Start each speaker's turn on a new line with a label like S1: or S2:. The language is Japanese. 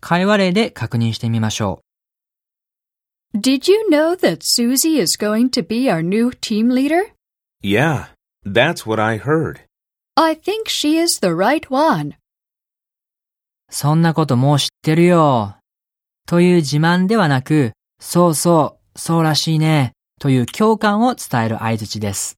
S1: 会話例で確認してみましょ
S2: Did you know that Susie is going to be our new team leader?
S3: Yeah, that's what I heard.
S2: I think she is the right one.
S1: う。そんなこともう知ってるよ。という自慢ではなく、そうそう、そうらしいね。という共感を伝える合図です。